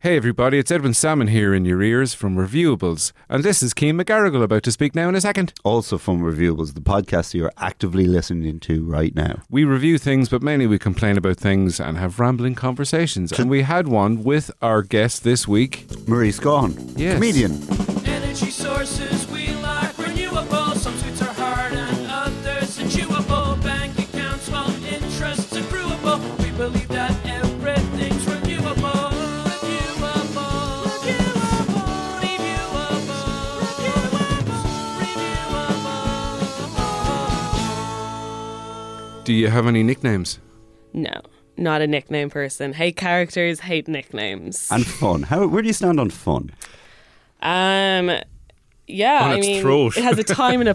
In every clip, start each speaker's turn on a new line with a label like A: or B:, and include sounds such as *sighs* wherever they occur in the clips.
A: Hey everybody, it's Edwin Salmon here in your ears from Reviewables, and this is Keane McGarrigle about to speak now in a second.
B: Also from Reviewables, the podcast you're actively listening to right now.
A: We review things, but mainly we complain about things and have rambling conversations. And we had one with our guest this week.
B: Marie Scone,
A: Yes.
B: comedian.
C: Energy sources we like renewable. Some sweets are hard and others are chewable. Bank accounts, well, interests accruable. We believe that everything's renewable. Renewable. Renewable. Renewable.
A: Do you have any nicknames?
D: No, not a nickname person. Hate characters, hate nicknames.
B: And fun. How, where do you stand on fun?
D: Um, yeah,
E: On
D: I
E: its
D: mean,
E: throat.
D: it has a time and a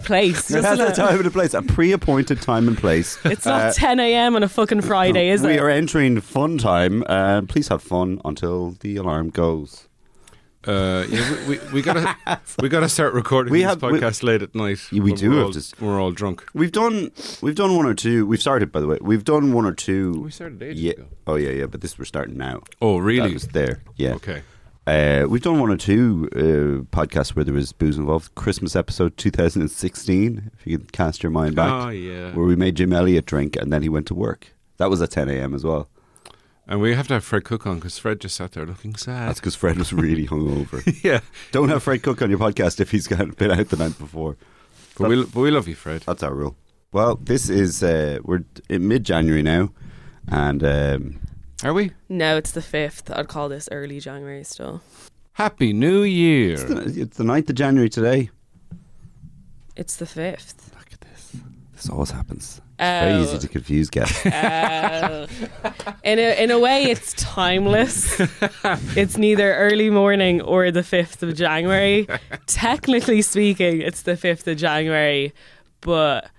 B: *laughs*
D: place.
B: It has
D: doesn't
B: a
D: it?
B: time and a place, a pre appointed time and place.
D: It's not 10 a.m. on a fucking Friday, is
B: we
D: it?
B: are entering fun time. Uh, please have fun until the alarm goes.
A: Uh, yeah, we, we, we gotta
B: *laughs*
A: we gotta start recording
B: We
A: this
B: have- we-
A: podcast late at night.
B: Yeah, we
A: when
B: do
A: We're
B: have
A: all,
B: to s-
A: we're all drunk.
B: We've done we've done one or two. We've started by the way. We've done one or two.
A: We started ages
B: yeah.
A: ago.
B: Oh yeah, yeah. But this we're starting now.
A: Oh,
B: That
A: really?
B: was there. Yeah.
A: Okay.
B: Uh, we've done one or two uh, podcasts where there was booze involved. Christmas episode 2016, if you can cast your mind back,
A: Oh, yeah.
B: where we made Jim Elliot drink and then he went to work. That was at 10 a.m. as well.
A: And we have to have Fred Cook on because Fred just sat there looking sad.
B: That's because Fred was really hungover.
A: *laughs* yeah,
B: Don't have Fred Cook on your podcast if he's got- been out the night before.
A: but we but we love you, Fred.
B: That's our rule. Well, this is uh, we're in mid-January now, and um,
A: Are we?
D: No, it's the 5th. I'd call this early January still.
A: Happy New Year!
B: it's the, it's the 9th of January today.
D: It's the 5th.
B: Look at this. This always happens. It's
D: Oh.
B: very easy to confuse guests.
D: Uh, in, a, in a way, it's *laughs* timeless. it's neither early morning or the 5th of January. Technically speaking, it's the 5th of January, but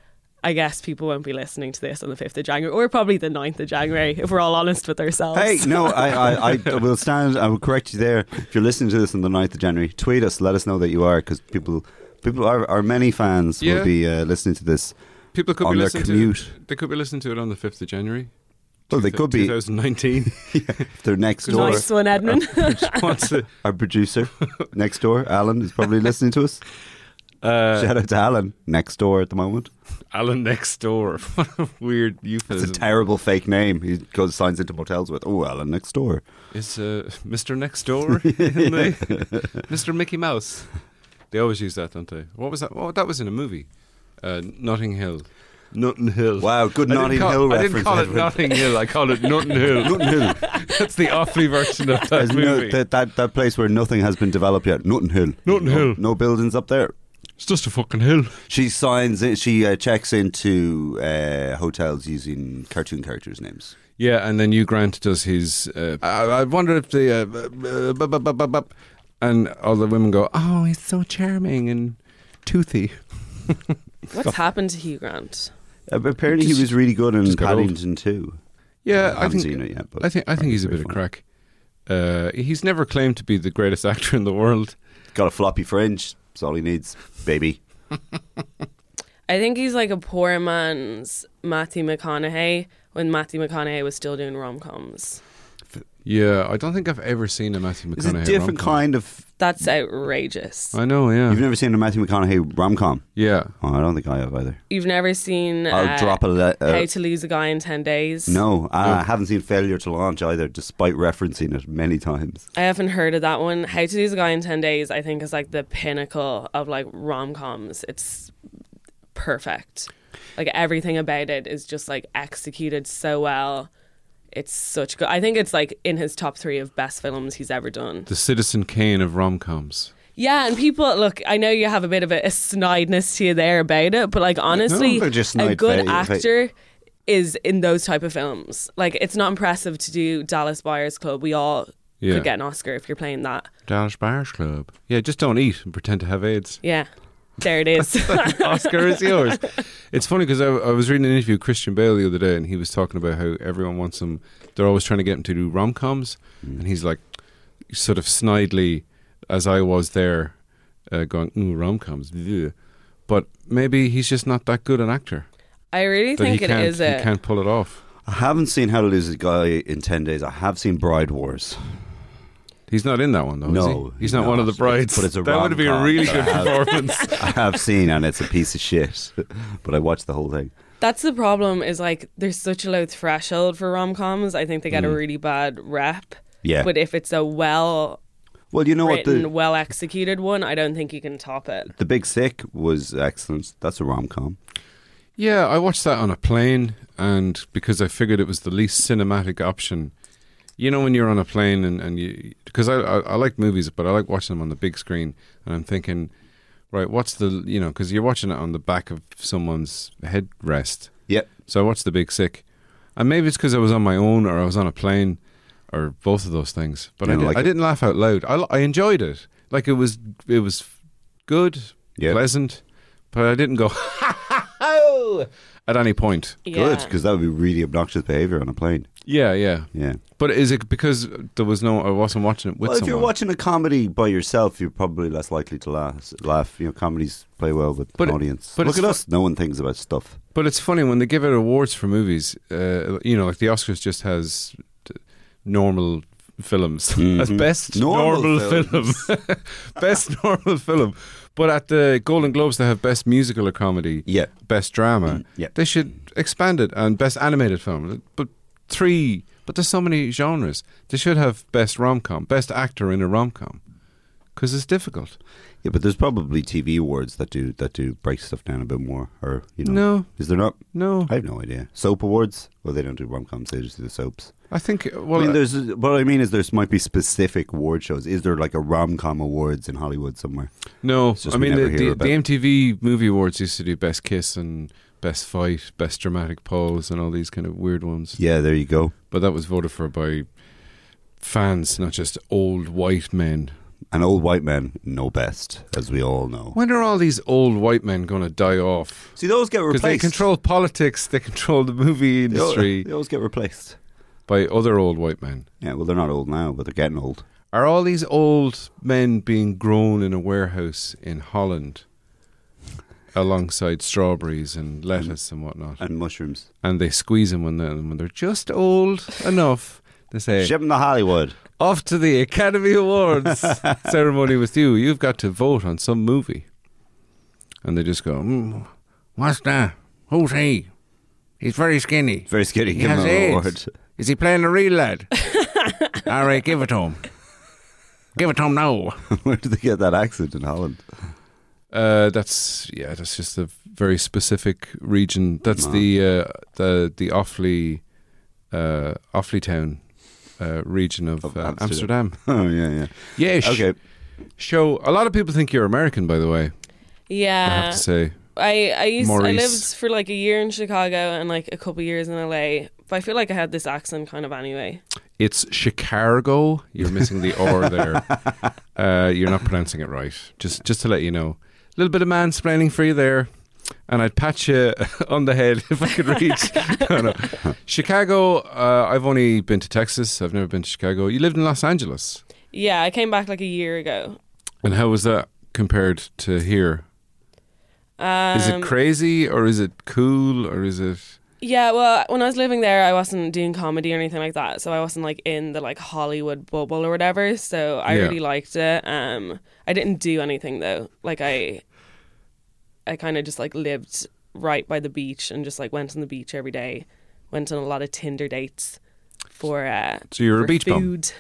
D: I guess people won't be listening to this on the 5th of January or probably the 9th of January if we're all honest with ourselves.
B: Hey, no, I, I,
A: *laughs*
B: I will stand. I will correct you there. If you're listening to this on the 9th of January, tweet us. Let us know that you are, because people, people, our, our many fans
A: Yeah.
B: will be uh, listening to this.
A: People could
B: on
A: be
B: their
A: listening
B: commute.
A: to it. They could be listening to it on the fifth of January.
B: Well, they could
A: *laughs*
B: be. *laughs*
A: 2019.
B: If they're next door.
D: nice one, Edmund.
A: What's the- *laughs*
B: Our producer next door, Alan, is probably listening to us.
A: uh,
B: Shout out to Alan next door at the moment.
A: Alan next door. *laughs* What a weird
B: It's a
A: euphemism.
B: terrible fake name. He goes signs into motels with. Oh, Alan
A: *laughs*
B: next door.
A: Is uh, Mr. Next Door? in the-
B: *laughs*
A: Mr. Mickey Mouse. They always use that, don't they? What was that? Oh, that was in a movie. Uh, Notting Hill. Notting Hill.
B: Wow, good
A: I didn't
B: Notting
A: call-
B: Hill
A: I didn't
B: reference,
A: call it
B: Edward.
A: Notting Hill. I called it Notting
B: *laughs*
A: Hill.
B: Notting Hill.
A: That's the awfully version of that
B: There's no-
A: movie.
B: that, that, that place where nothing has been developed yet. Notting Hill.
A: Notting
B: No-
A: Hill.
B: No buildings up there.
A: it's just a fucking hill.
B: She signs in, she uh, checks into uh, hotels using cartoon characters' names.
A: Yeah, and then Hugh Grant does his. Uh, I, I wonder if the. Uh, bu- bu- bu- bu- bu- bu- and all the women go, "Oh, he's so charming and toothy."
D: What's happened to Hugh Grant?
B: Uh, but apparently, he
A: Just-
B: was really good in
A: just got old.
B: Paddington too.
A: Yeah,
B: I
A: I
B: haven't
A: think.
B: seen it yet, but
A: I think. I think he's a bit
B: apparently
A: of
B: it's
A: crack. Uh, he's never claimed to be the greatest *laughs* actor in the world.
B: Got a floppy fringe. That's all he needs, baby.
D: I think he's like a poor man's Matthew McConaughey when Matthew McConaughey was still doing rom coms.
A: Yeah, I don't think I've ever seen a Matthew McConaughey.
B: It's a different
A: rom-com.
B: kind of.
D: That's outrageous.
A: I know. Yeah.
B: You've never seen a Matthew McConaughey rom com?
A: yeah.
B: Oh, I don't think I have either.
D: You've never seen
B: I'll
D: uh,
B: drop a. Le-
D: How
B: uh, Oh.
D: to Lose a Guy in 10 Days.
B: no, I haven't seen Failure to Launch either, despite referencing it many times.
D: I haven't heard of that one. How to Lose a Guy in 10 Days, I think, is like the pinnacle of like rom coms. It's perfect. Like everything about it is just like executed so well. It's such good. I think it's like in his top three of best films he's ever done.
A: The Citizen Kane of rom coms.
D: Yeah, and people look. I know you have a bit of a, a snideness to you there about it, but like honestly,
B: they're just
D: a
B: snide
D: good
B: fa- fa-
D: actor is in those type of films. Like it's not impressive to do Dallas Buyers Club. We all
A: Yeah.
D: could get an Oscar if you're playing that.
A: Dallas Buyers Club. Yeah, just don't eat and pretend to have AIDS.
D: Yeah, there it is.
A: *laughs*
D: *laughs*
A: Oscar is yours. It's funny because I, I was reading an interview with Christian Bale the other day, and he was talking about how everyone wants him. They're always trying to get him to do rom coms,
B: Mm.
A: and he's like, sort of snidely, as I was there, uh, going, "Ooh, rom coms." But maybe he's just not that good an actor.
D: I really
A: That he
D: think it
A: can't,
D: is
A: he
D: a.
A: can't pull it off.
B: *laughs* I haven't seen How to Lose a Guy in 10 Days. I have seen Bride Wars.
A: He's not in that one though. is he?
B: No,
A: he's
B: he's
A: not one of the
B: not.
A: brides.
B: But it's a
A: that would be a
B: rom-com
A: really
B: that
A: good
B: I have.
A: performance.
B: I have seen, and it's a piece of shit. *laughs* but I watched the whole thing.
D: That's the problem. Is like there's such a low threshold for rom coms. I think they get a really bad rep.
B: Yeah.
D: But if it's a well
B: Well, you know what?
D: written,
B: The,
D: well executed one, I don't think you can top it.
B: the Big Sick was excellent. That's a rom com.
A: yeah, I watched that on a plane, and because I figured it was the least cinematic option. You know, when you're on a plane and and you because I, I I like movies, but I like watching them on the big screen, and I'm thinking, right, what's the you know because you're watching it on the back of someone's headrest.
B: Yep.
A: So I watched The Big Sick, and maybe it's because I was on my own or I was on a plane or both of those things. But I,
B: You don't
A: did,
B: like
A: I
B: it?
A: didn't laugh out loud. I, l- I enjoyed it. Like it was it was good,
B: Yeah.
A: pleasant, but I didn't go *laughs* at any point.
D: Yeah.
B: Good, because that would be really obnoxious behavior on a plane.
A: Yeah, yeah.
B: Yeah.
A: But is it because there was no? I wasn't watching it with
B: well, if
A: someone.
B: you're watching a comedy by yourself, you're probably less likely to laugh. laugh. You know, comedies play well with
A: But
B: an
A: it-
B: audience.
A: but
B: Look
A: it's
B: at
A: fu-
B: us knowing things about stuff.
A: But it's funny when they give out awards for movies. Uh, you know, like the Oscars just has t- normal films *laughs* as best normal,
B: Mm-hmm. Normal
A: film, *laughs* best normal film. But at the Golden Globes, they have best musical or comedy,
B: Yeah.
A: best drama.
B: mm, yeah.
A: They should expand it and best animated film. But three. But there's so many genres. They should have best rom com, best actor in a rom com, because it's difficult.
B: Yeah, but there's probably TV awards that do that do break stuff down a bit more, or you know,
A: No.
B: is there not?
A: No,
B: I have no idea. Soap awards? Well, they don't do rom coms; they just do the soaps.
A: I think.
B: I
A: Well,
B: mean, there's what I mean is there's might be specific award shows. Is there like a rom com awards in Hollywood somewhere?
A: No,
B: just
A: I
B: we
A: mean the,
B: never hear
A: the,
B: about
A: the
B: it.
A: MTV Movie Awards used to do best kiss and best fight, best dramatic pose, and all these kind of weird ones.
B: Yeah, there you go.
A: But that was voted for by fans, not just old white men.
B: And old white men know best, as we all know.
A: When are all these old white men going to die off?
B: See, those get
A: Because
B: replaced.
A: they control politics, they control the movie
B: *laughs* They al-
A: industry
B: They always get replaced.
A: by other old white men.
B: Yeah, well, they're not old now, but they're getting old.
A: Are all these old men being grown in a warehouse in Holland alongside strawberries and lettuce and whatnot?
B: And mushrooms.
A: and they squeeze them when they're, when they're just old enough. They say,
B: Ship 'em to Hollywood. *laughs*
A: off to the Academy Awards ceremony with you. You've got to vote on some movie. And they just go, mm, what's that? Who's he? He's very skinny.
B: Very skinny.
A: He
B: Give 'em
A: has
B: an
A: AIDS.
B: award.
A: Is he playing a real
B: *laughs*
A: lad? All right, give it to him. Give it to him now.
B: Where did they get that accent in Holland? *laughs*
A: Uh, that's yeah. That's just a very specific region. That's the uh, the the Offaly, uh, Offaly town uh, region of,
B: Of
A: uh, Amsterdam.
B: Amsterdam. Oh yeah, yeah.
A: Yeah.
B: Okay.
A: So a lot of people think you're American, by the way. I have
D: Yeah.
A: to say.
D: I I used I
A: Maurice.
D: lived for like a year in Chicago and like a couple years in LA, but I feel like I had this accent kind of anyway.
A: It's Chicago. You're missing the
B: *laughs*
A: R there. Uh, you're not pronouncing it right. Just just to let you know. A little bit of mansplaining for you there. And I'd pat you *laughs* on the head if I could reach. *laughs* No, no. Chicago, uh, I've only been to Texas. I've never been to Chicago. You lived in Los Angeles.
D: Yeah, I came back like a year ago.
A: And how was that compared to here?
D: Um,
A: Is it crazy or is it cool or is it.
D: Yeah, well, when I was living there, I wasn't doing comedy or anything like that, so I wasn't like in the like Hollywood bubble or whatever. So I
A: Yeah.
D: really liked it. Um, I didn't do anything though. Like I, I kind of just like lived right by the beach and just like went on the beach every day. Went on a lot of Tinder dates for. Uh,
A: So you're a
D: for
A: beach bum. Ah.
D: food.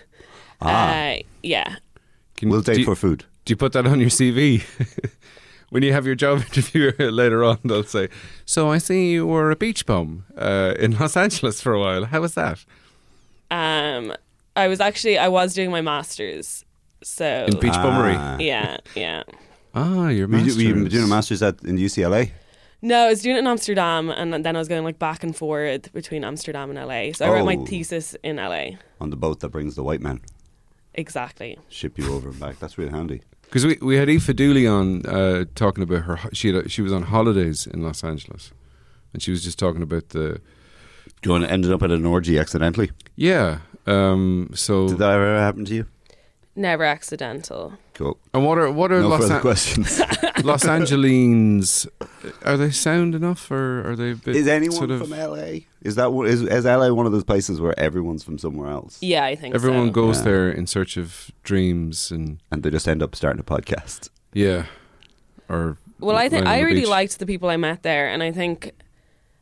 D: Uh, yeah.
A: Can,
B: We'll
A: do
B: date
A: you-
B: for food.
A: Do you put that on your CV? *laughs* when you have your job *laughs* interview later on, they'll say, So I see you were a beach bum uh, in Los Angeles for a while. How was that?
D: Um, I was actually I was doing my masters, so
A: In beach bummery.
B: Ah.
D: yeah, yeah.
A: Ah, your
B: Were you,
A: master's.
B: were you doing a master's at in UCLA?
D: No, I was doing it in Amsterdam, and then I was going like back and forth between Amsterdam and LA. So I wrote my
B: Oh.
D: thesis in LA.
B: on the boat that brings the white man.
D: Exactly.
B: Ship you over and back. That's really handy.
A: Because we, we had Aoife Dooley on uh, talking about her. ho- She, had a- she was on holidays in Los Angeles. And she was just talking about the.
B: Do you want to ended up at an orgy accidentally?
A: Yeah. Um, so.
B: Did that ever happen to you?
D: Never accidental.
B: Cool.
A: And what are what are
B: No
A: Los,
B: further
A: An-
B: questions. *laughs*
A: Los Angelines? Are they sound enough, or are they? A bit
B: is anyone
A: sort of
B: from LA? Is that one- is, is LA one of those places where everyone's from somewhere else?
D: Yeah, I think
A: everyone
D: so.
A: goes
B: Yeah.
A: there in search of dreams and
B: And they just end up starting a podcast.
A: yeah, or
B: Oh,
D: Well, I think
A: lying on
D: I
A: the
D: really
A: beach.
D: liked the people I met there, and I think,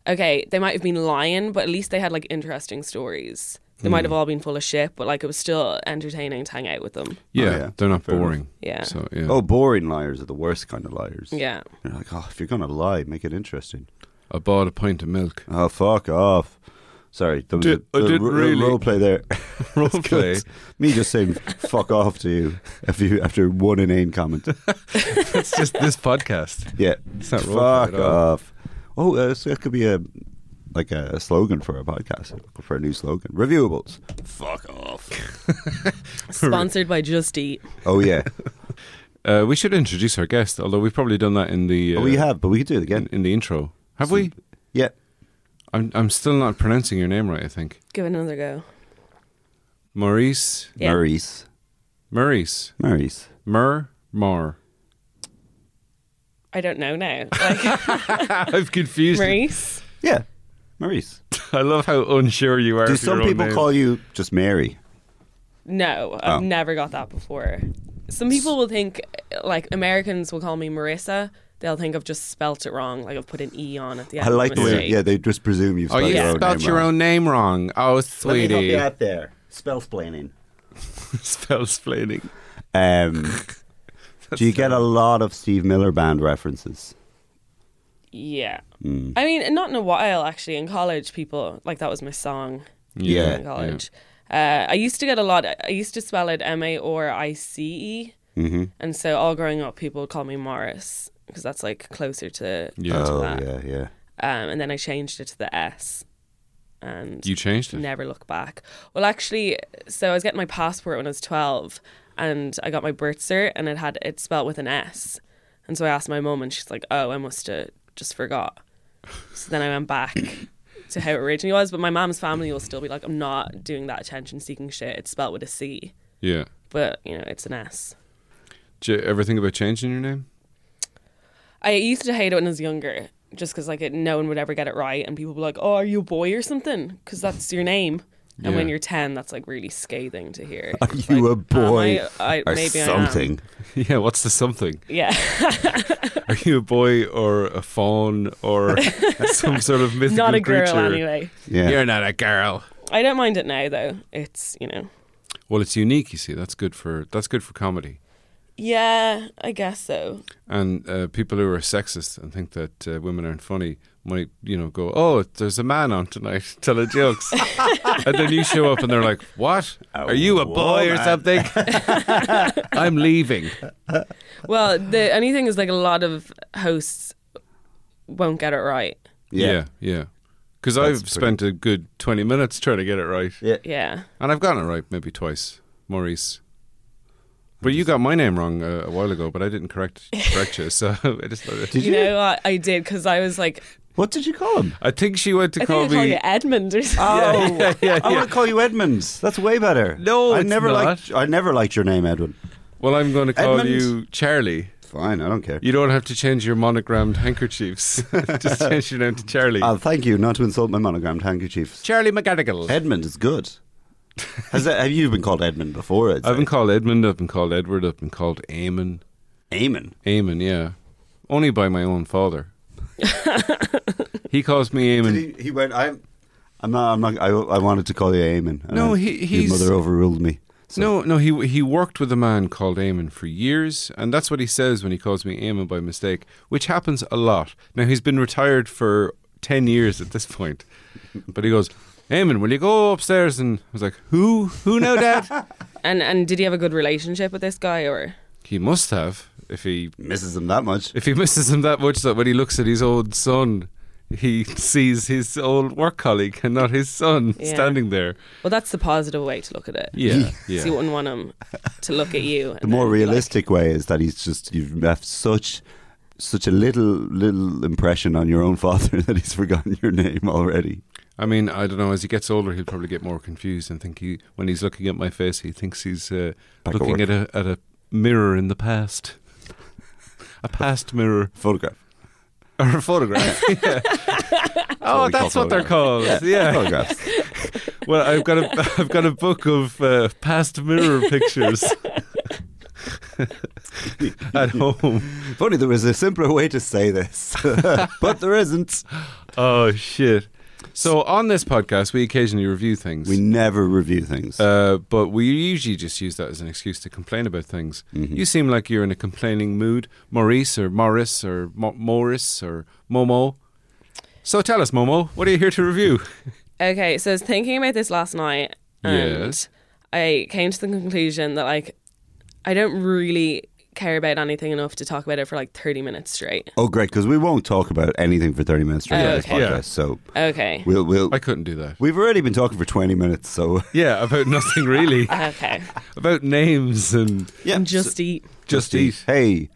D: okay, they might have been lying, but at least they had like interesting stories. They
A: Hmm.
D: might have all been full of shit, but like it was still entertaining to hang out with them.
A: yeah,
B: Oh, yeah.
A: they're not
B: Fair enough.
A: boring.
D: Yeah.
A: So yeah.
B: Oh, boring liars are the worst kind of liars.
A: *laughs*
D: Yeah.
B: You're like, oh, if you're gonna lie, make it interesting.
A: I bought a pint of
B: *laughs*
A: milk.
B: Oh, fuck off. Sorry, that was
A: Did-
B: a,
A: I
B: a
A: didn't
B: ro-
A: really-
B: role play there. *laughs*
A: Role
B: That's
A: play.
B: good. Me just saying "fuck off" to you after you, after one inane comment.
A: It's just this *laughs* podcast.
B: Yeah,
A: It's not role
B: fuck
A: play at all.
B: off. Oh, uh, so that could be a like a, a slogan for a podcast for a new slogan. Reviewables. Fuck off.
D: Sponsored by Just Eat.
B: Oh
A: *laughs*
B: yeah,
A: Uh, we should introduce our guest, although we've probably done that in the uh,
B: Oh, we have, but we could do it
A: in,
B: again.
A: in the intro. Have we?
B: Yeah,
A: I'm I'm still not pronouncing your name right. I think
D: Give it another go.
A: Maurice
D: Yeah.
B: Maurice.
A: Maurice
B: Maurice.
A: Mur Mar. *laughs*
D: I don't know now. Like,
A: I've confused. it.
D: Maurice?
B: Yeah, Maurice.
A: I love how unsure you are.
B: Do
A: of your
B: some
A: own
B: people
A: name.
B: call you just Mary?
D: No, I've
B: Oh.
D: never got that before. Some people will think, like, Americans will call me Marissa. They'll think I've just spelt it wrong, like I've put an E on at the end.
B: I like
D: of
B: the way.
D: mistake.
B: Yeah, they just presume you've
A: Oh,
B: spelled
A: you
B: your own
A: spelled
B: name
A: your
B: wrong.
A: own name wrong. Oh, sweetie.
B: there. Spell splaining.
A: Spell splaining.
D: *laughs*
B: Um, do you get a lot of Steve Miller Band references?
D: Yeah.
B: Hmm.
D: I mean, not in a while, actually. In college, people, like, that was my song
B: Yeah,
D: in college. Uh, I used to get a lot, I used to spell it M A or I C E.
B: Mm-hmm.
D: And so, all growing up, people would call me Morris because that's, like, closer to,
A: Yeah.
D: to
B: Oh
D: that.
B: yeah, yeah.
D: Um, and then I changed it to the S. And
A: You changed it.
D: never look back. Well, actually, so I was getting my passport when I was 12 and I got my birth cert and it had it spelled with an S. And so I asked my mum and she's like, oh, I must have just forgot. So then I went back to how it originally was. But my mum's family will still be like, I'm not doing that attention seeking shit. It's spelled with a C,
A: Yeah.
D: but you know, it's an S.
A: Do you ever think about changing your name? *laughs*
D: I used to hate it when I was younger just because like it, no one would ever get it right and people would be like, oh, are you a boy or something? Because that's your name. And when
A: Yeah.
D: you're 10, that's like really scathing to hear.
B: *laughs* Are you a boy
D: Am um, I- I-
B: or
D: maybe I am.
B: something?
A: Yeah. What's the something?
D: Yeah. *laughs*
A: Are you a boy or a fawn
D: *laughs*
A: or some sort of mythical
D: Not a girl,
A: creature?
D: anyway.
B: Yeah.
A: You're not a girl.
D: I don't mind it now, though. It's, you know.
A: Well, it's unique. You see, that's good for that's good for comedy.
D: Yeah, I guess so.
A: And uh, people who are sexist and think that uh, women aren't funny might, you know, go, "Oh, there's a man on tonight *laughs* telling
D: *laughs*
A: jokes," and then you show up and they're like, "What? are you a boy or
B: woman."
A: something?" I'm leaving.
D: Well,
B: *sighs*
D: the only thing is, like, a lot of hosts won't get it right.
A: Yeah, yeah. Because I've
B: pretty-
A: spent a good twenty minutes trying to get it right,
B: Yeah.
D: Yeah.
A: and I've gotten it right maybe twice, Maurice. But you got my name wrong uh, a while ago, but I didn't correct correct you, so *laughs* I just.
B: Did
D: You
B: you?
D: know what? I did, because I was like,
B: What did you call him?
A: I think she went to
D: I
A: call
D: think I call
A: me.
D: you Edmund or something.
A: *laughs*
B: Oh, I want to call you Edmonds. That's way better.
A: No,
B: I
A: it's
B: never
A: not.
B: liked. I never liked your name, Edwin.
A: Well, I'm going to call
B: Edmund.
A: you Charlie.
B: Fine, I don't care.
A: You don't have to change your monogrammed handkerchiefs. *laughs* Just change your name to Charlie.
B: I'll Ah, thank you not to insult my monogrammed handkerchief.
A: Charlie McGarrigle.
B: Edmund is good. Has that, have you been called Edmund before? I'd
A: I've
B: say?
A: been called Edmund. I've been called Edward. I've been called Eamon.
B: Eamon.
A: Eamon, yeah. Only by my own father. he calls me Eamon.
B: He, he went. I'm. I'm not. I'm not. I, I wanted to call you Eamon. and
A: No,
B: I-
A: he-
B: Your
A: he's-
B: mother overruled me. So
A: No, no, he he worked with a man called Eamon for years, and that's what he says when he calls me Eamon by mistake, which happens a lot. Now he's been retired for ten years at this point, but he goes, Eamon, will you go upstairs? And I was like, Who? Who now, Dad? *laughs*
D: And, and did you have a good relationship with this guy, or?
A: he must have if he
B: misses him that much.
A: if he misses him that much that when he looks at his old son, he *laughs* sees his old work colleague and not his son
D: Yeah.
A: standing there.
D: Well, that's the positive way to look at it. *laughs*
A: Yeah,
D: So you
A: yeah.
D: wouldn't want him to look at you.
B: *laughs* The more realistic way is that he's just you've left such such a little little impression on your own father *laughs* that he's forgotten your name already.
A: I mean, I don't know. As he gets older, he'll probably get more confused and think he, when he's looking at my face, he thinks he's uh,
B: Back at
A: looking
B: work.
A: at a at a mirror in the past. A past
B: *laughs*
A: mirror
B: Photograph.
A: or a photograph. *laughs* Yeah.
B: what
A: oh,
B: we call Oh,
A: that's what they're called. Yeah.
B: Photographs.
A: *laughs* Well, I've got a *laughs* I've got a book of uh, past mirror pictures *laughs* at
B: *laughs*
A: home.
B: Funny, there was a simpler way to say this, *laughs* but there isn't.
A: Oh shit! So on this podcast, we occasionally review things.
B: We never review things.
A: Uh, but we usually just use that as an excuse to complain about things.
B: Mm-hmm.
A: You seem like you're in a complaining mood, Maurice or Morris or Mo- Morris or Momo. So tell us, Momo, what are you here to
B: *laughs*
A: review?
D: Okay, so I was thinking about this last night, and
A: Yes.
D: I came to the conclusion that like I don't really care about anything enough to talk about it for like thirty minutes straight.
B: oh, great, because we won't talk about anything for 30 minutes during
D: Oh,
B: this
D: okay.
B: podcast.
A: Yeah.
B: So
D: Okay.
B: we'll, we'll,
A: I couldn't do that.
B: we've already been talking for 20 minutes, so *laughs*
A: Yeah, about nothing really.
D: Okay.
A: about names and
B: yeah.
D: And just eat.
A: just eat.
B: Hey,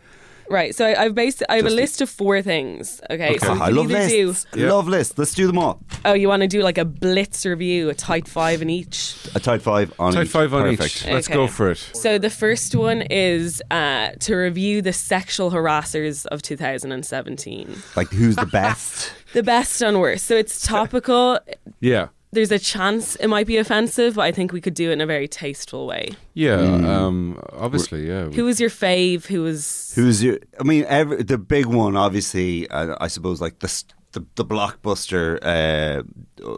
D: Right. So I, I've based I have
B: Just
D: a
B: eat.
D: list of four things. Okay. So
B: Ah,
D: we
B: I
D: can
B: love
D: either do
B: lists.
A: Yeah.
B: Love lists. Let's do them all.
D: oh you want to do like a blitz review, a type five in each.
B: A tight five on
A: Type
B: each.
A: five on
B: Perfect.
A: each. Let's
D: Okay.
A: go for it.
D: So the first one is uh, to review the sexual harassers of 2017.
B: Like, who's
D: *laughs*
B: the best?
D: The best and worst. So it's topical.
A: Yeah.
D: There's a chance it might be offensive, but I think we could do it in a very tasteful way.
A: Yeah,
B: Hmm.
A: um, obviously, yeah.
D: Who was your fave? Who was
B: Who's your? I mean, every, the big one, obviously. Uh, I suppose like the s- the, the blockbuster uh,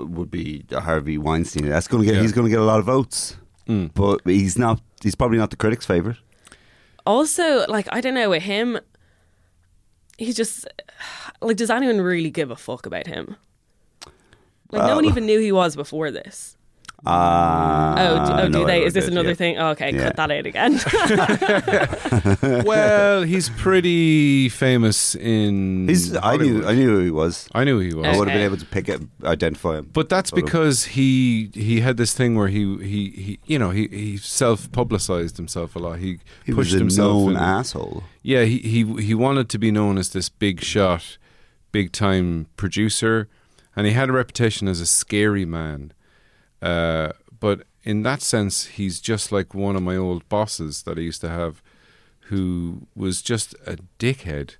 B: would be Harvey Weinstein. That's going to get.
A: Yeah. Hmm.
B: He's going to get a lot of votes, but he's not. He's probably not the critics' favorite.
D: also like I don't know with him. He just like does anyone really give a fuck about him? Like no
B: Uh,
D: one even knew he was before this.
B: Ah,
D: Oh, do, oh,
B: no,
D: do they? Is this
B: did,
D: another
B: yeah.
D: thing? Oh, okay,
B: Yeah.
D: cut that out
B: *laughs*
D: again.
A: well, he's pretty famous in.
B: He's, I knew.
A: Hollywood.
B: I knew who he was.
A: I knew he was.
B: I would have
D: Okay.
B: been able to pick it, identify him.
A: But that's
B: Sort of.
A: because he he had this thing where he he, he you know he, he self publicized himself a lot. He,
B: he
A: pushed
B: was a
A: himself.
B: known
A: in-
B: asshole.
A: Yeah, he, he he wanted to be known as this big shot, big time producer, and he had a reputation as a scary man. Uh, but in that sense, he's just like one of my old bosses that I used to have, who was just a dickhead,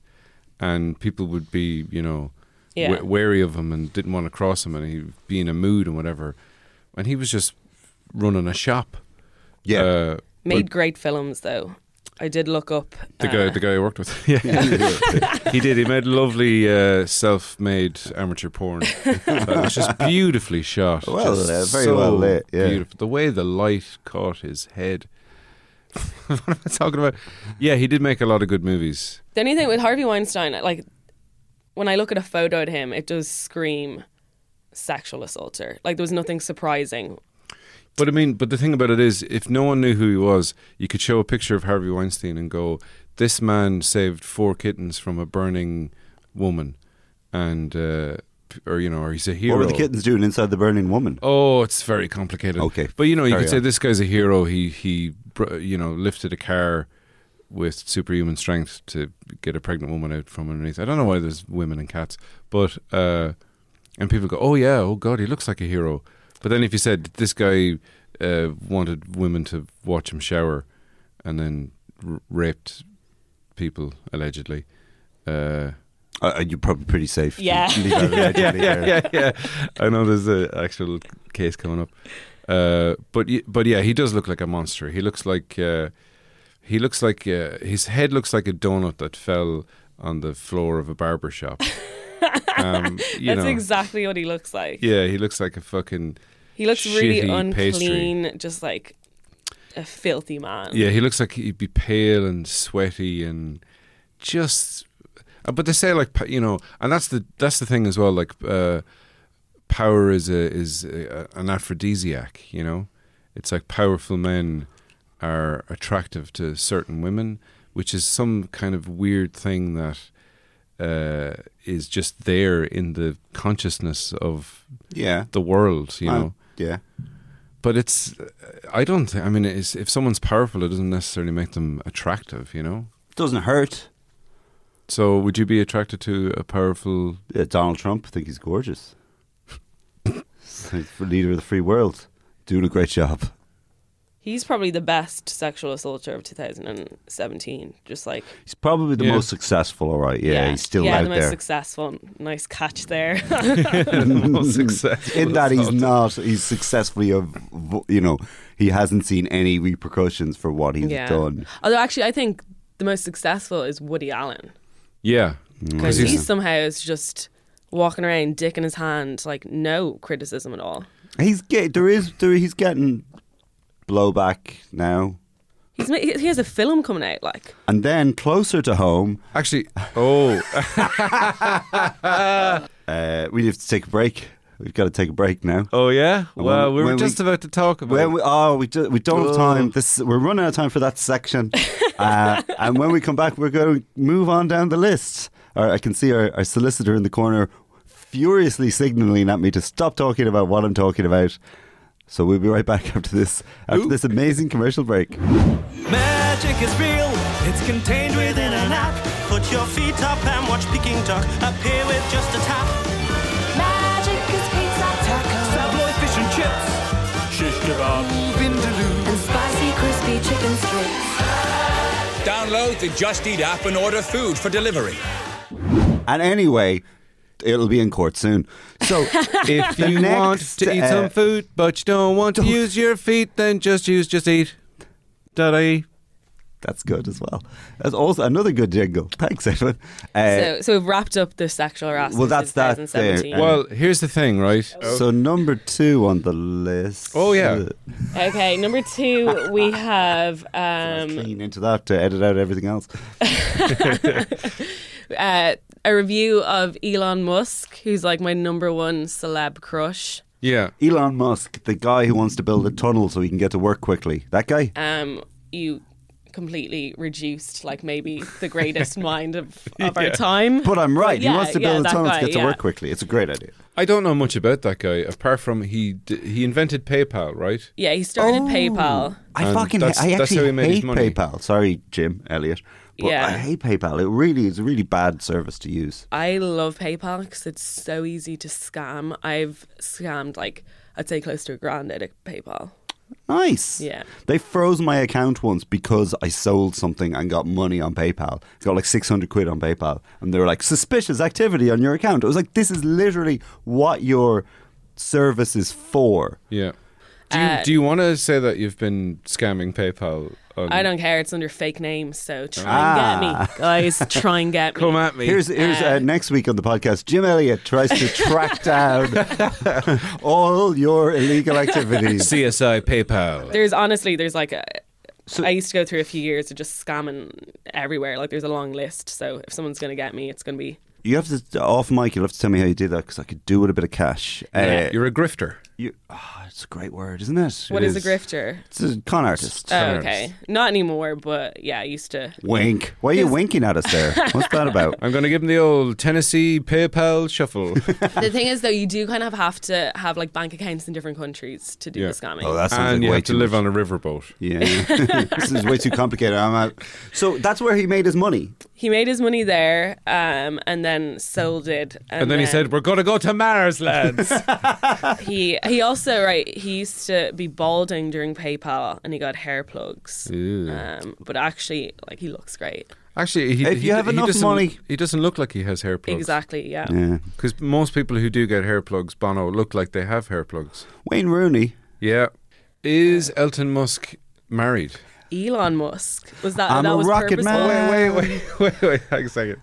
A: and people would be you know
D: Yeah.
A: wa- wary of him and didn't want to cross him, and he'd be in a mood and whatever, and he was just running a shop.
B: Yeah.
A: Uh,
D: Made great films though. I did look up
A: the
D: uh,
A: guy, the guy I worked with. *laughs* Yeah, *laughs* he did. He made lovely uh, self-made amateur
B: *laughs*
A: porn. It was just beautifully shot.
B: Well,
A: Just
B: uh, very well lit, yeah.
A: Beautiful. The way the light caught his head. *laughs* what am I talking about? Yeah, he did make a lot of good movies.
D: The only thing with Harvey Weinstein, like when I look at a photo of him, it does scream sexual assaulter. Like there was nothing surprising.
A: But I mean, but the thing about it is, if no one knew who he was, you could show a picture of Harvey Weinstein and go, "This man saved four kittens from a burning woman," and uh, p- or you know, or he's a hero.
B: what were the kittens doing inside the burning woman?
A: Oh, it's very complicated.
B: Okay.
A: but you know, you
B: Carry
A: could say
B: on.
A: this guy's a hero. He he, br- you know, lifted a car with superhuman strength to get a pregnant woman out from underneath. I don't know why there's women and cats, but uh, and people go, oh yeah, oh god, he looks like a hero. But then if you said this guy uh, wanted women to watch him shower and then r- raped people allegedly. Uh,
B: Uh, uh, you're probably pretty safe.
D: Yeah.
B: *laughs* Leave that allegedly there.
A: yeah, yeah. I know there's an actual case coming up, uh, but y- but yeah, he does look like a monster. He looks like uh, he looks like uh, his head looks like a donut that fell on the floor of a barber shop. um, you
D: That's
A: know,
D: exactly what he looks like.
A: yeah, he looks like a fucking
D: He looks really
A: Shitty pastry.
D: unclean, just like a filthy man.
A: yeah. He looks like he'd be pale and sweaty and just. uh, But they say like pa- you know, and that's the that's the thing as well. Like uh, power is a is a, an aphrodisiac. You know, it's like powerful men are attractive to certain women, which is some kind of weird thing that uh, is just there in the consciousness of
B: Yeah.
A: the world. You
B: Uh,
A: know,
B: yeah.
A: but it's, I don't think. I mean, it's, if someone's powerful, it doesn't necessarily make them attractive, you know.
B: Doesn't hurt.
A: So, would you be attracted to a
B: *laughs*
A: powerful?
B: Yeah, Uh, Donald Trump, I think he's gorgeous. *laughs* He's the leader of the free world, doing a great job.
D: He's probably the best sexual assaulter of 2017. Just like
B: He's probably the
A: Yeah.
B: most successful, all right. Yeah, he's still
D: yeah,
B: out
D: the most
B: there.
D: successful. *laughs* Nice catch there. *laughs*
A: the most
B: *laughs*
A: successful.
B: Mm-hmm. in that he's
A: assault.
B: not, he's successfully of, you know, he hasn't seen any repercussions for what he's
D: yeah.
B: done.
D: Although actually, I think the most successful is Woody Allen
A: Yeah.
B: Mm-hmm.
D: because he somehow is just walking around, dick in his hand, like no criticism at all.
B: He's get there is there he's getting blowback now,
D: He's ma- he he has a film coming out. Like
B: and then closer to home,
A: Actually,
B: *laughs*
A: oh,
B: uh, we have to take a break. We've got to take a break now.
A: oh yeah. Well, we were
B: when we-
A: just about to talk about.
B: When we, oh, we, do, we don't have
A: Oh.
B: time. This we're running out of time for
A: *laughs*
B: that section. uh, and when we come back, we're going to move on down the list. Or I can see our, our solicitor in the corner furiously signaling at me to stop talking about what I'm talking about. So we'll be right back *laughs* after this after
A: Ooh.
B: this amazing commercial break.
E: Magic is real, it's contained
B: *laughs*
E: within an app. Put your feet up and watch Peking Duck appear with just a tap.
F: Magic is pizza tacos
E: Savoy fish and chips, shish kebab.
F: and spicy crispy chicken strips.
G: Download the Just Eat app and order food for delivery.
B: And anyway, it'll be in court soon.
A: *laughs*
B: So
A: if
B: the
A: you
B: next,
A: want to eat
B: uh,
A: some food, but you don't want
B: don't-
A: to use your feet, then just use just eat. Dot ie.
B: that's good as well. That's also another good jingle. Thanks, Edwin. Uh,
D: so, so we've wrapped up the sexual harassment.
B: Well, that's that there.
D: 2017.
B: Yeah.
A: Well, here's the thing, right?
B: So number two on the list.
A: Oh,
B: *laughs*
A: yeah.
D: Okay, number two, we have
B: Let's
D: um,
B: lean into that to edit out everything else.
D: uh, a review of Elon Musk, who's like my number one celeb crush.
A: Yeah.
B: Elon Musk, the guy who wants to build a tunnel so he can get to work quickly. That guy.
D: Um, you completely reduced, like maybe the
B: *laughs*
D: greatest mind of, of our time.
B: But I'm right.
D: yeah,
B: he wants to
D: yeah,
B: build a
D: that
B: tunnel
D: guy,
B: to get to
D: yeah.
B: work quickly. It's a great idea.
A: I don't know much about that guy apart from he d- he invented PayPal, right?
D: yeah, he started
B: Oh.
D: PayPal.
B: I
A: And
B: fucking
A: Um, that's-
B: ha- I
A: that's
B: actually
A: how he made his
B: hate
A: money.
B: PayPal. Sorry, Jim Elliot. But
D: Yeah.
B: I hate PayPal. It really is a really bad service to use.
D: I love PayPal because it's so easy to scam. I've scammed like I'd say close to a grand out of PayPal.
B: Nice.
D: Yeah.
B: They froze my account once because I sold something and got money on PayPal. I got like 600 quid on PayPal. And they were like, suspicious activity on your account. I was like, this is literally what your service is for.
A: Yeah. Do you,
D: Uh,
A: do you want to say that you've been scamming PayPal? On,
D: I don't care. It's under fake names, so try and
B: Ah.
D: get me, *laughs* guys. Try and get me.
A: Come at me.
B: Here's, here's uh, next week on the podcast Jim Elliott tries to
D: *laughs*
B: track down all your illegal
D: *laughs*
B: activities.
A: CSI PayPal.
D: There's honestly, there's like a. I used to go through a few years of just scamming everywhere. Like there's a long list. So if someone's gonna get me, it's gonna be.
B: You have to, off mic, you'll have to tell me how you did that because I could do with a bit of cash. Uh,
A: You're a grifter.
B: you, ah, it's a great word, isn't it?
D: What
B: It
D: is a grifter?
B: It's a con artist.
D: Oh, okay, not anymore. But yeah, I used to.
B: Wink. Why are you winking at us there? What's
A: *laughs*
B: that about?
A: I'm going to give him the old Tennessee PayPal
B: *laughs*
A: shuffle.
D: the thing is, though, you do kind of have to have like bank accounts in different countries to do
A: Yeah.
D: the scamming.
B: Oh, that sounds
A: and
B: like
A: you
B: way
A: have to
B: too
A: live
B: much.
A: on a riverboat.
B: *laughs* Yeah, this is way too complicated. I'm out. So that's where he made his money.
D: he made his money there, um, and then sold it. And,
A: And then he said, "We're going to go to Mars, lads."
D: he he also right. He used to be balding during PayPal, and he got hair plugs. Um, but actually, like he looks great.
A: Actually, he,
B: If
A: he-
B: you have
A: he
B: enough
A: doesn't-
B: money-
A: he doesn't look like he has hair plugs.
D: Exactly. Yeah.
B: Yeah.
A: Because most people who do get hair plugs, Bono, look like they have hair plugs.
B: Wayne Rooney.
A: Yeah. Is Elton Musk married? *laughs*
D: Elon Musk was that?
B: I'm
D: Uh, that
B: a
D: was
B: rocket
D: purposeful?
B: man.
A: Wait, wait, wait, wait, wait. Hang a second.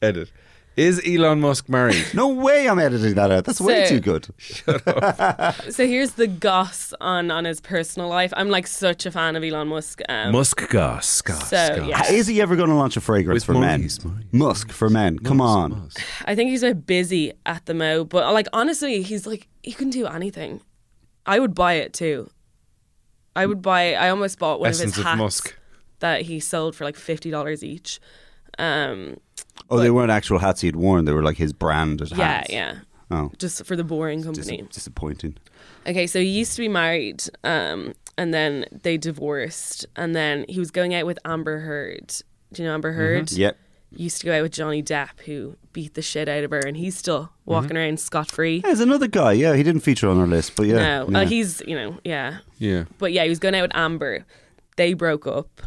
A: Edit. Is Elon Musk married?
B: No way, I'm editing that out. That's way
D: So-
B: too good.
D: So here's the goss on on his personal life. I'm like such a fan of Elon Musk. Um,
A: Musk goss, goss,
D: So,
A: goss.
D: yeah.
B: Is he ever going to launch a fragrance
A: With
B: for
A: monkeys,
B: men?
A: monkeys.
B: Musk for men. Come on.
A: Musk.
D: I think he's a bit busy at the mo, but like honestly, he's like he can do anything. I would buy it too. I would buy. I almost bought one of
A: Essence
D: his
A: of
D: hats
A: Musk.
D: that he sold for like fifty dollars each. Um,
B: Oh, they weren't actual hats he had worn. They were like his brand as
D: yeah,
B: hats.
D: yeah.
B: Oh.
D: Just for the boring
B: Dis-
D: company.
B: disappointing.
D: Okay, so he used to be married, um, and then they divorced, and then he was going out with Amber Heard. Do you know Amber Heard?
B: Yep.
D: used to go out with Johnny Depp, who beat the shit out of her, and he's still walking around scot free.
B: There's another guy. Yeah, he didn't feature on our list, but yeah.
D: No,
B: yeah.
D: uh, he's you know yeah,
A: Yeah.
D: but yeah, he was going out with Amber. They broke up.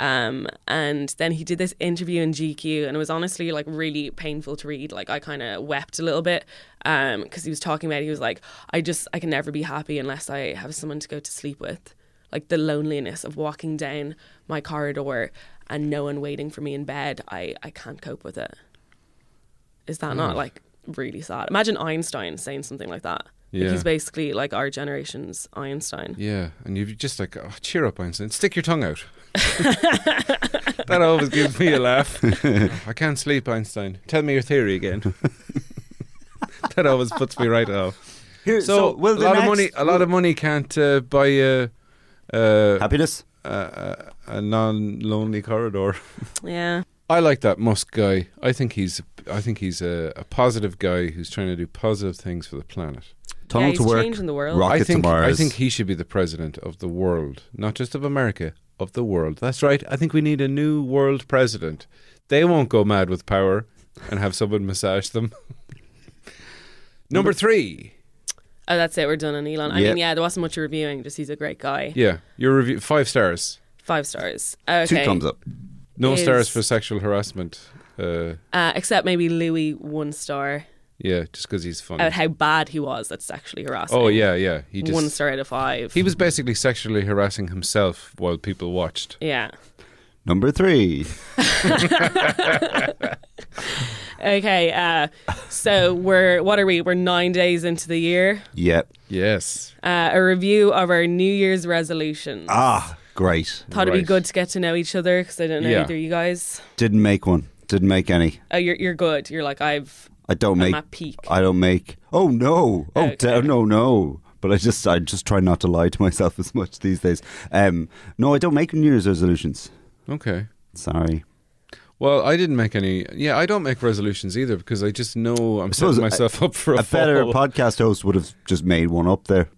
D: Um, and then he did this interview in GQ, and it was honestly like really painful to read. Like I kind of wept a little bit because he was talking about he was like, I just I can never be happy unless I have someone to go to sleep with. Like the loneliness of walking down my corridor and no one waiting for me in bed, I I can't cope with it. Is that not like really sad? Imagine Einstein saying something like that. Like,
A: Yeah.
D: he's basically like our generation's Einstein.
A: Yeah, and you just like oh, cheer up, Einstein. Stick your tongue
D: *laughs*
A: out. *laughs* that always gives me a
B: *laughs*
A: laugh. I can't sleep, Einstein. Tell me your theory again. that always puts me right off.
B: Here,
A: So,
B: will
A: a
B: the
A: lot of
B: next-
A: money, a lot of money can't uh, buy a, uh,
B: happiness.
A: a, a non-lonely corridor.
D: Yeah.
A: I like that Musk guy. I think he's, I think he's a, a positive guy who's trying to do positive things for the planet.
B: Tunnel
D: he's
B: to work.
D: changing the world.
B: Rocket
A: I think,
B: to
A: I
B: Mars.
A: think he should be the president of the world, not just of America, of the world. That's right. I think we need a new world president. They won't go mad with power and have someone massage them. *laughs* Number three.
D: Oh, that's it. We're done on Elon. I
B: Yeah.
D: mean, yeah, there wasn't much reviewing. Just he's a great guy.
A: Yeah, your review five stars.
D: Five stars. Okay.
B: Two thumbs up.
A: No
D: Is-
A: stars for sexual harassment. Uh,
D: Uh, except maybe Louis one star
A: yeah, just because he's funny.
D: about how bad he was at sexually harassing.
A: Oh yeah, yeah. He just
D: one star out of five.
A: he was basically sexually harassing himself while people watched.
D: yeah.
B: Number three.
D: Okay. Uh, so we're what are we? We're nine days into the year.
B: Yep.
A: Yes.
D: Uh, a review of our New Year's resolutions.
B: Ah, great.
D: Thought it'd be
A: right.
D: good to get to know each other because I don't know
A: Yeah.
D: either of you guys.
B: Didn't make one. Didn't make any.
D: Oh, you're you're good. You're like I've
B: I don't make.
D: at peak.
B: I don't make. Oh no! Oh
D: Okay.
B: da- no no! But I just I just try not to lie to myself *laughs* as much these days. Um, no, I don't make New Year's resolutions.
A: Okay.
B: Sorry.
A: Well, I didn't make any. Yeah, I don't make resolutions either because I just know I'm
B: suppose
A: setting myself up for a,
B: A better
A: fall.
B: podcast host would have just made one up there.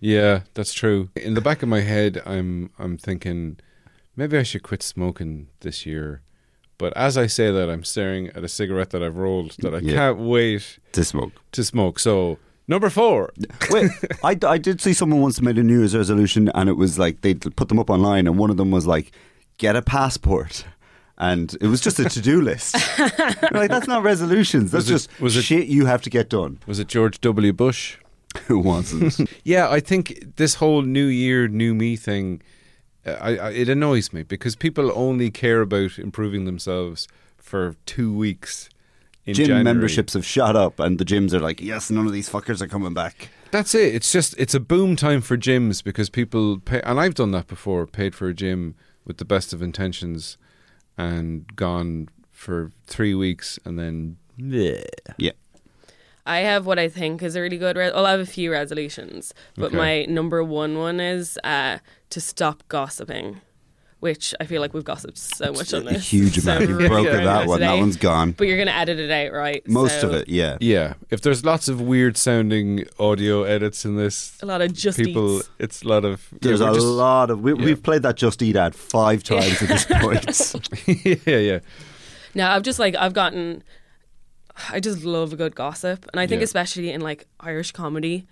A: yeah, that's true. In the back of my head, I'm I'm thinking maybe I should quit smoking this year. But as I say that, I'm staring at a cigarette that I've rolled that I
B: Yeah.
A: can't wait
B: To smoke.
A: to smoke. So number four,
B: Wait, *laughs* I, I did see someone once made a New Year's resolution, and it was like they put them up online, and one of them was like, "Get a passport," and it was just a to
A: *laughs*
B: do list. You're like that's not resolutions. That's
A: Was it-
B: just
A: was it-
B: shit you have to
A: *laughs*
B: get done.
A: was it George W. Bush?
B: Who wasn't?
A: Yeah, I think this whole new year, new me thing, uh, I, I, it annoys me because people only care about improving themselves for two weeks. In
B: Gym
A: January.
B: memberships have shot up, and the gyms are like, "Yes, none of these fuckers are coming back."
A: That's it. It's just it's a boom time for gyms because people pay, and I've done that before. Paid for a gym with the best of intentions, and gone for three weeks, and then
B: Yeah,
D: I have what I think is a really good. Re- well, I have a few resolutions, but
A: Okay.
D: my number one one is uh, to stop gossiping, which I feel like we've gossiped so much on
B: a
D: this.
B: huge amount.
D: So
B: You've
D: really
B: broken
D: good
B: that
D: on
B: one. That
D: today.
B: one's gone.
D: But you're gonna edit it out, right?
B: Most
D: So,
B: of it, yeah.
A: yeah. If there's lots of weird sounding audio edits in this,
D: A lot of just
A: people,
D: eats.
A: it's a lot of yeah,
B: There's
A: we're
B: a
A: just-
B: lot of we,
A: yeah.
B: we've played that Just Eat ad five times at this
A: *laughs*
B: point.
A: *laughs* yeah, yeah.
D: No, I've just like I've gotten. I just love a good gossip, and I think
A: Yeah.
D: especially in like Irish comedy,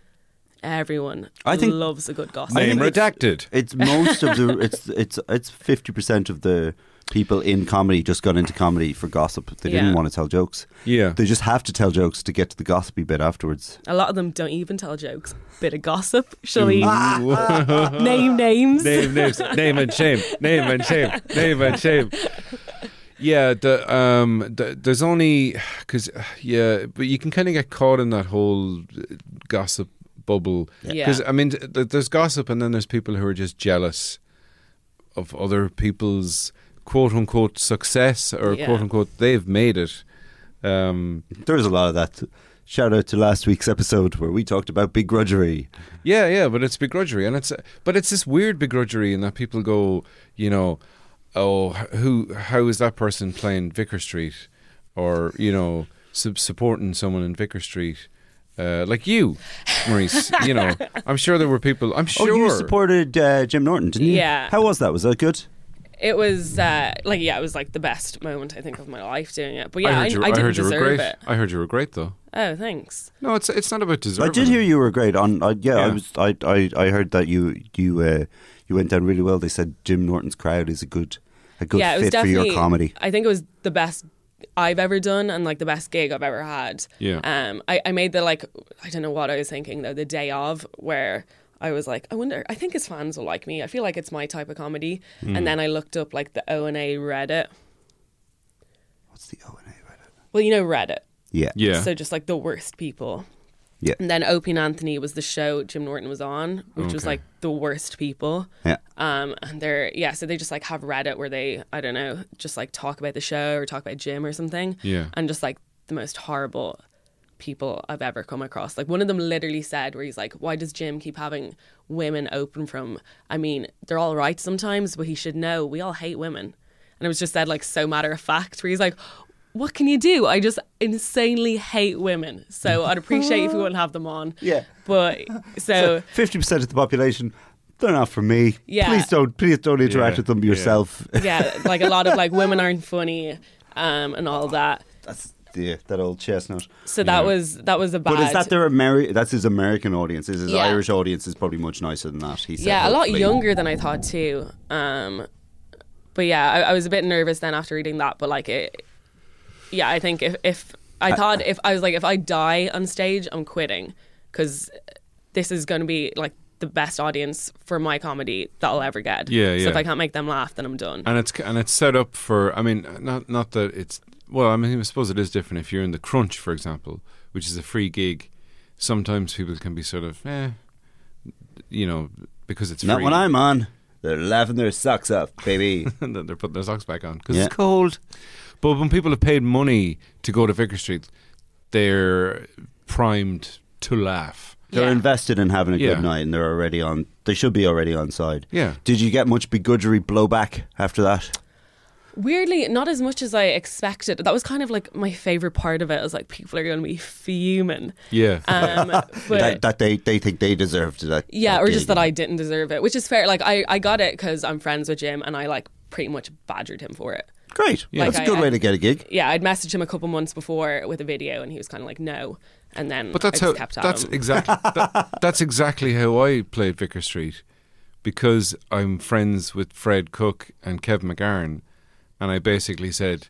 D: everyone
B: I think-
D: loves a good gossip.
A: Name
B: think it's-
A: redacted.
B: It's most of
D: *laughs*
B: the it's it's it's fifty percent of the people in comedy just got into comedy for gossip. They
D: Yeah.
B: didn't want to tell jokes.
A: Yeah.
B: They just have to tell jokes to get to the gossipy bit afterwards.
D: A lot of them don't even tell jokes. Bit of gossip. Shall we *laughs* name names?
A: *laughs* name names, name and shame, name and shame, name and shame. Yeah, the um, the, there's only because yeah, but you can kind of get caught in that whole uh, gossip bubble.
D: Yeah.
A: I mean, th- th- there's gossip, and then there's people who are just jealous of other people's quote unquote success or
D: Yeah.
A: quote unquote they've made it. Um,
B: There was a lot of that. Shout out to last week's episode where we talked about begrudgery.
A: Yeah, yeah, but it's begrudgery, and it's but it's this weird begrudgery in that people go, you know, oh, who, how is that person playing Vicar Street, or you know, sub- supporting someone in Vicar Street, uh, like you, Maurice. you know, I'm sure there were people. I'm sure
B: Oh, you supported uh, Jim Norton, didn't you?
D: Yeah.
B: How was that? Was that good?
D: It was uh, like yeah, it was like the best moment I think of my life doing it. But
A: I
D: yeah, I,
A: heard you,
D: I
A: I
D: didn't
A: heard you were
D: deserve
A: great.
D: it.
A: I heard you were great though.
D: Oh, thanks.
A: No, it's it's not about deserving.
B: I did hear you were great. On I yeah, I
A: Yeah.
B: was. I, I I heard that you you uh, you went down really well. They said Jim Norton's crowd is a good a good
D: yeah, it was
B: fit for
D: definitely.
B: your comedy.
D: I think it was the best I've ever done and like the best gig I've ever had.
A: Yeah.
D: Um, I, I made the like I don't know what I was thinking though the day of where. I was like, I wonder. I think his fans will like me. I feel like it's my type of comedy.
A: Hmm.
D: And then I looked up like the O and A Reddit.
B: What's the O and A Reddit?
D: Well, you know Reddit.
B: Yeah,
A: Yeah.
D: So just like the worst people.
B: yeah,
D: And then Opie and Anthony was the show Jim Norton was on, which was
A: Okay.
D: like the worst people.
B: yeah.
D: Um, and they're yeah, so they just like have Reddit where they I don't know just like talk about the show or talk about Jim or something.
A: Yeah.
D: and just like the most horrible people I've ever come across. Like one of them literally said where he's like, "Why does Jim keep having women open from? I mean, they're all right sometimes, but he should know we all hate women." And it was just said like so matter of fact where he's like. What can you do? I just insanely hate women, so I'd appreciate if you wouldn't have them on.
B: Yeah.
D: but so
B: *laughs* Fifty percent of the population, they're not for me.
D: Yeah.
B: Please don't. Please don't interact
A: Yeah,
B: with them
A: yeah.
B: yourself. *laughs*
D: yeah, like a lot of like women aren't funny um, and all that.
B: That's yeah, that old chestnut.
D: So that was that was a bad.
B: But is that their Ameri- That's his American audience. His his
D: Uh, Yeah.
B: Irish audience is probably much nicer than that. He said,
D: yeah, a lot
B: hopefully.
D: younger than I thought too. Um, but yeah, I, I was a bit nervous then after reading that. But like it, yeah, I think if if I thought if I was like if I die on stage, I'm quitting because this is going to be like the best audience for my comedy that I'll ever get.
A: Yeah,
D: So if
A: yeah.
D: I can't make them laugh, then I'm done.
A: and it's and it's set up for. I mean, not not that it's well. I mean, I suppose it is different if you're in the Crunch, for example, which is a free gig. Sometimes people can be sort of, eh, you know, because it's
B: Not
A: free.
B: when I'm on. They're laughing their socks off,
D: *laughs*
B: baby.
A: *laughs* and then they're putting their socks back on because
B: Yeah.
A: it's cold. But when people have paid money to go to Vicar Street, they're primed to laugh.
B: They're
D: Yeah.
B: invested in having a
A: Yeah.
B: good night, and they're already on. They should be already on side.
A: Yeah.
B: Did you get much begrudgery blowback after that?
D: Weirdly, not as much as I expected. That was kind of like my favorite part of it. I was like, people are going to be fuming.
A: Yeah, *laughs*
D: Um, but
B: that that they, they think they deserved that.
D: yeah,
B: that
D: or
B: gig.
D: just that I didn't deserve it, which is fair. Like I, I got it because I'm friends with Jim, and I like pretty much badgered him for it.
B: Great.
D: Yeah.
B: That's
D: Like
B: a good
D: I-
B: way to get a gig.
D: Yeah, I'd messaged him a couple months before with a video, and he was kind of like, no. And then
A: but that's
D: I
A: how
D: just kept at
A: that's
D: him.
A: exactly that, that's exactly how I played Vicar Street because I'm friends with Fred Cook and Kev McGarn, and I basically said,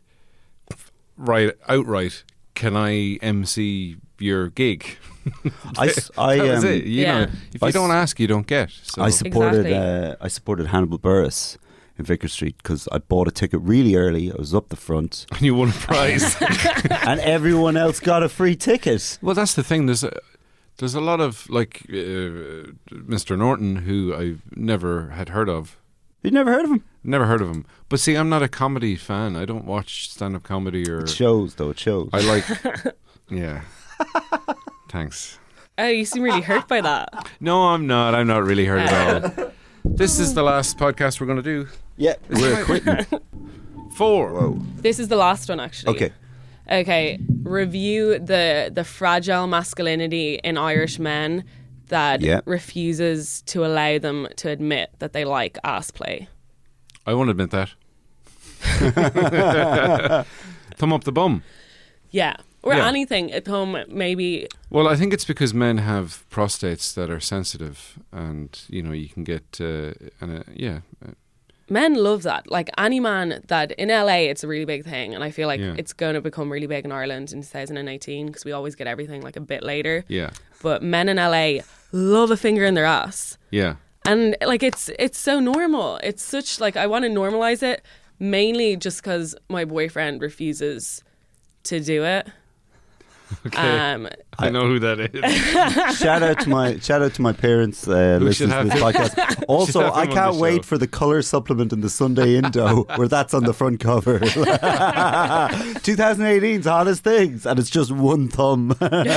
A: right outright, can I MC your gig? *laughs*
B: I, s- I,
A: that was
B: um,
A: it. You
D: Yeah.
A: know, if
B: I
A: you
B: s-
A: don't ask, you don't get. So
B: I supported
D: Exactly.
B: uh, I supported Hannibal Burris in Vicar Street because I bought a ticket really early. I was up the front,
A: you won a prize.
B: and everyone else got a free ticket.
A: *laughs* Well, that's the thing. There's a, there's a lot of like uh, Mr. Norton, who I've never had heard of.
B: You'd never heard of him.
A: Never heard of him. But see, I'm not a comedy fan. I don't watch stand up comedy or.
B: It shows though. It shows.
A: I like. yeah. Thanks.
D: Oh, you seem really hurt by that.
A: No, I'm not. I'm not really hurt at all. This is the last podcast we're going to do. *laughs*
B: yeah.
A: We're quitting. Four.
D: This is the last one, actually.
B: Okay.
D: Okay. Review the the fragile masculinity in Irish men that
B: Yeah.
D: refuses to allow them to admit that they like ass play.
A: I won't admit that. *laughs* Thumb up the bum.
D: Yeah. Or
A: Yeah.
D: anything at home, maybe.
A: Well, I think it's because men have prostates that are sensitive, and you know you can get uh, and uh, yeah, uh,
D: Men love that. Like any man that in LA, it's a really big thing. And I feel like
A: Yeah.
D: it's going to become really big in Ireland in 2018 because we always get everything like a bit later.
A: yeah,
D: But men in LA love a finger in their ass.
A: yeah,
D: and like it's it's so normal it's such like i want to normalize it mainly just because my boyfriend refuses to do it
A: okay.
D: um
A: I know who that is.
B: shout out to my shout out to my parents uh,
A: We
B: listening
A: should
B: to this
A: have
B: podcast.
A: *laughs* should
B: Also,
A: have
B: I
A: him on
B: can't
A: the show.
B: wait for the color supplement in the Sunday
A: *laughs*
B: Indo where that's on the front cover. *laughs* 2018's hottest things, and it's just one thumb *laughs* and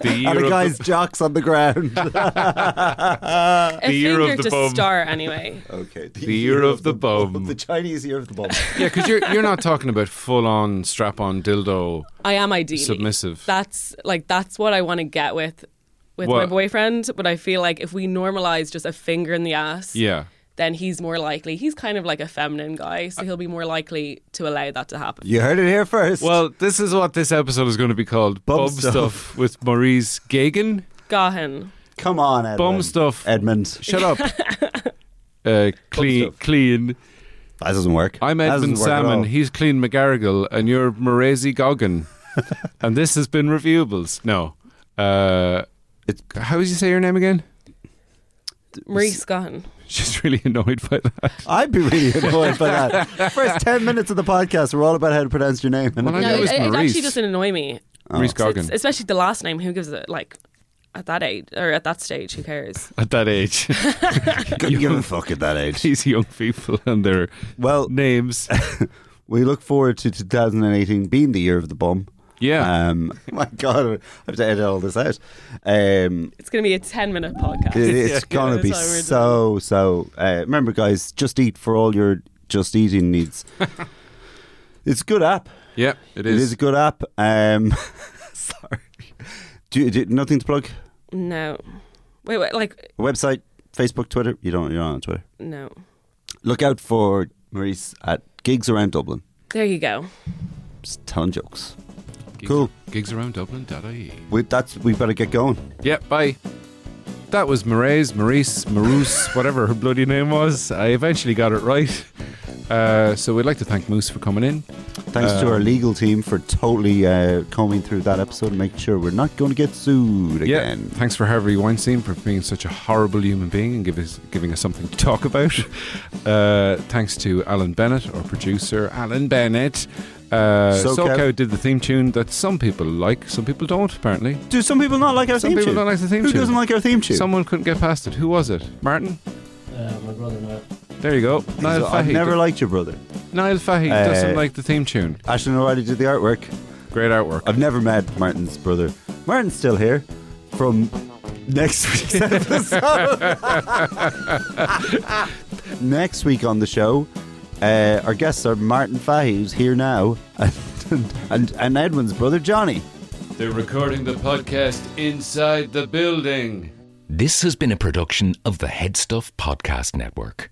A: The year,
B: a
A: of
B: guy's
A: the,
B: jocks on the ground.
D: a
A: year
D: finger
A: of the
D: to
A: bum. *laughs*
D: star anyway
B: okay,
A: The year of the bum.
B: the Chinese year of the bum.
A: *laughs* yeah, because you're you're not talking about full on strap on dildo.
D: i am ideally
A: Submissive.
D: that's like that's what i want to get with with my
A: What?
D: boyfriend but i feel like if we normalize just a finger in the ass
A: Yeah,
D: then he's more likely. He's kind of like a feminine guy, so he'll be more likely to allow that to happen.
B: *laughs* You heard it here first.
A: Well, this is what this episode is going to be called:
B: Bum
A: Bum, stuff.
B: Stuff.
A: with Maurice Gagan.
D: Gahan.
B: come on, Edmund.
A: Bum stuff.
B: Edmund.
A: Shut up. *laughs* uh, clean,
B: stuff.
A: clean.
B: That doesn't work.
A: I'm
B: That doesn't
A: Edmund
B: work at all.
A: Salmon. He's Clean McGarrigle, and you're Marazzi Goggin. and this has been Reviewables. No. Uh,
B: It's-
A: how would you say your name again? *laughs*
D: Maurice Gahan.
A: She's really annoyed by that.
B: I'd be really annoyed by
A: *laughs*
B: that. First 10 minutes of the podcast, we're all about how to pronounce your name.
A: Well, I
B: *laughs*
D: No,
A: know
D: it,
A: it's
D: it
A: Maurice.
D: actually doesn't annoy me.
A: Maurice
D: So
A: Goggin.
D: Oh. it's- especially the last name. Who gives it like at that age or at that stage? Who cares?
A: At that age, *laughs*
B: couldn't give a fuck at that age.
A: these young people and their
B: Well,
A: names.
B: we look forward to 2018 being the year of the bum.
A: Yeah.
B: Um, *laughs* my God, I have to edit all this out. Um,
D: It's going to be a ten-minute podcast. *laughs*
B: it- it's gonna
D: that's
B: be
D: why we're doing
B: so so. Uh, remember, guys, just eat for all your just eating
D: *laughs*
B: needs. it's a good app.
A: yeah, it
B: It
A: is.
B: is a good app. Um, *laughs* sorry, do, you- do you- nothing to plug.
D: No. Wait, wait, like
B: Website, Facebook, Twitter. You don't. You're not on Twitter.
D: no.
B: Look out for Maurice at gigs around Dublin.
D: There you go.
B: Just telling jokes.
A: Gigs-
B: cool.
A: Gigs around Dublin.ie.
B: We, that's we better get going.
A: Yeah, bye. That was Marais, Maurice, Maroose, whatever her bloody name was. I eventually got it right. Uh, so we'd like to thank Moose for coming in.
B: Thanks to
D: Um,
B: our legal team for totally uh, combing through that episode and making sure we're not going to get sued again.
A: Thanks for Harvey Weinstein for being such a horrible human being and give us, giving us something to talk about. Uh, thanks to Alan Bennett, our producer, Alan Bennett. Uh,
B: SoCo.
A: SoCo did the theme tune that some people like, some people don't, apparently.
B: Do some people not like our
A: Some
B: theme
A: people
B: tune?
A: don't like the theme
B: Who
A: tune.
B: doesn't like our theme tune?
A: Someone couldn't get past it. Who was it? Martin?
H: Uh, my brother and I.
A: There you go. Niall
B: So I've
A: Fahey.
B: never liked your brother.
A: Niall Fahey
B: Uh,
A: doesn't like the theme tune.
B: Ashton O'Reilly did the artwork.
A: Great artwork.
B: I've never met Martin's brother. Martin's still here from next week's *laughs* episode. *laughs* next week on the show, uh, our guests are Martin Fahey, who's here now, *laughs* and, and, and Edwin's brother, Johnny.
A: They're recording the podcast inside the building.
I: This has been a production of the Headstuff Podcast Network.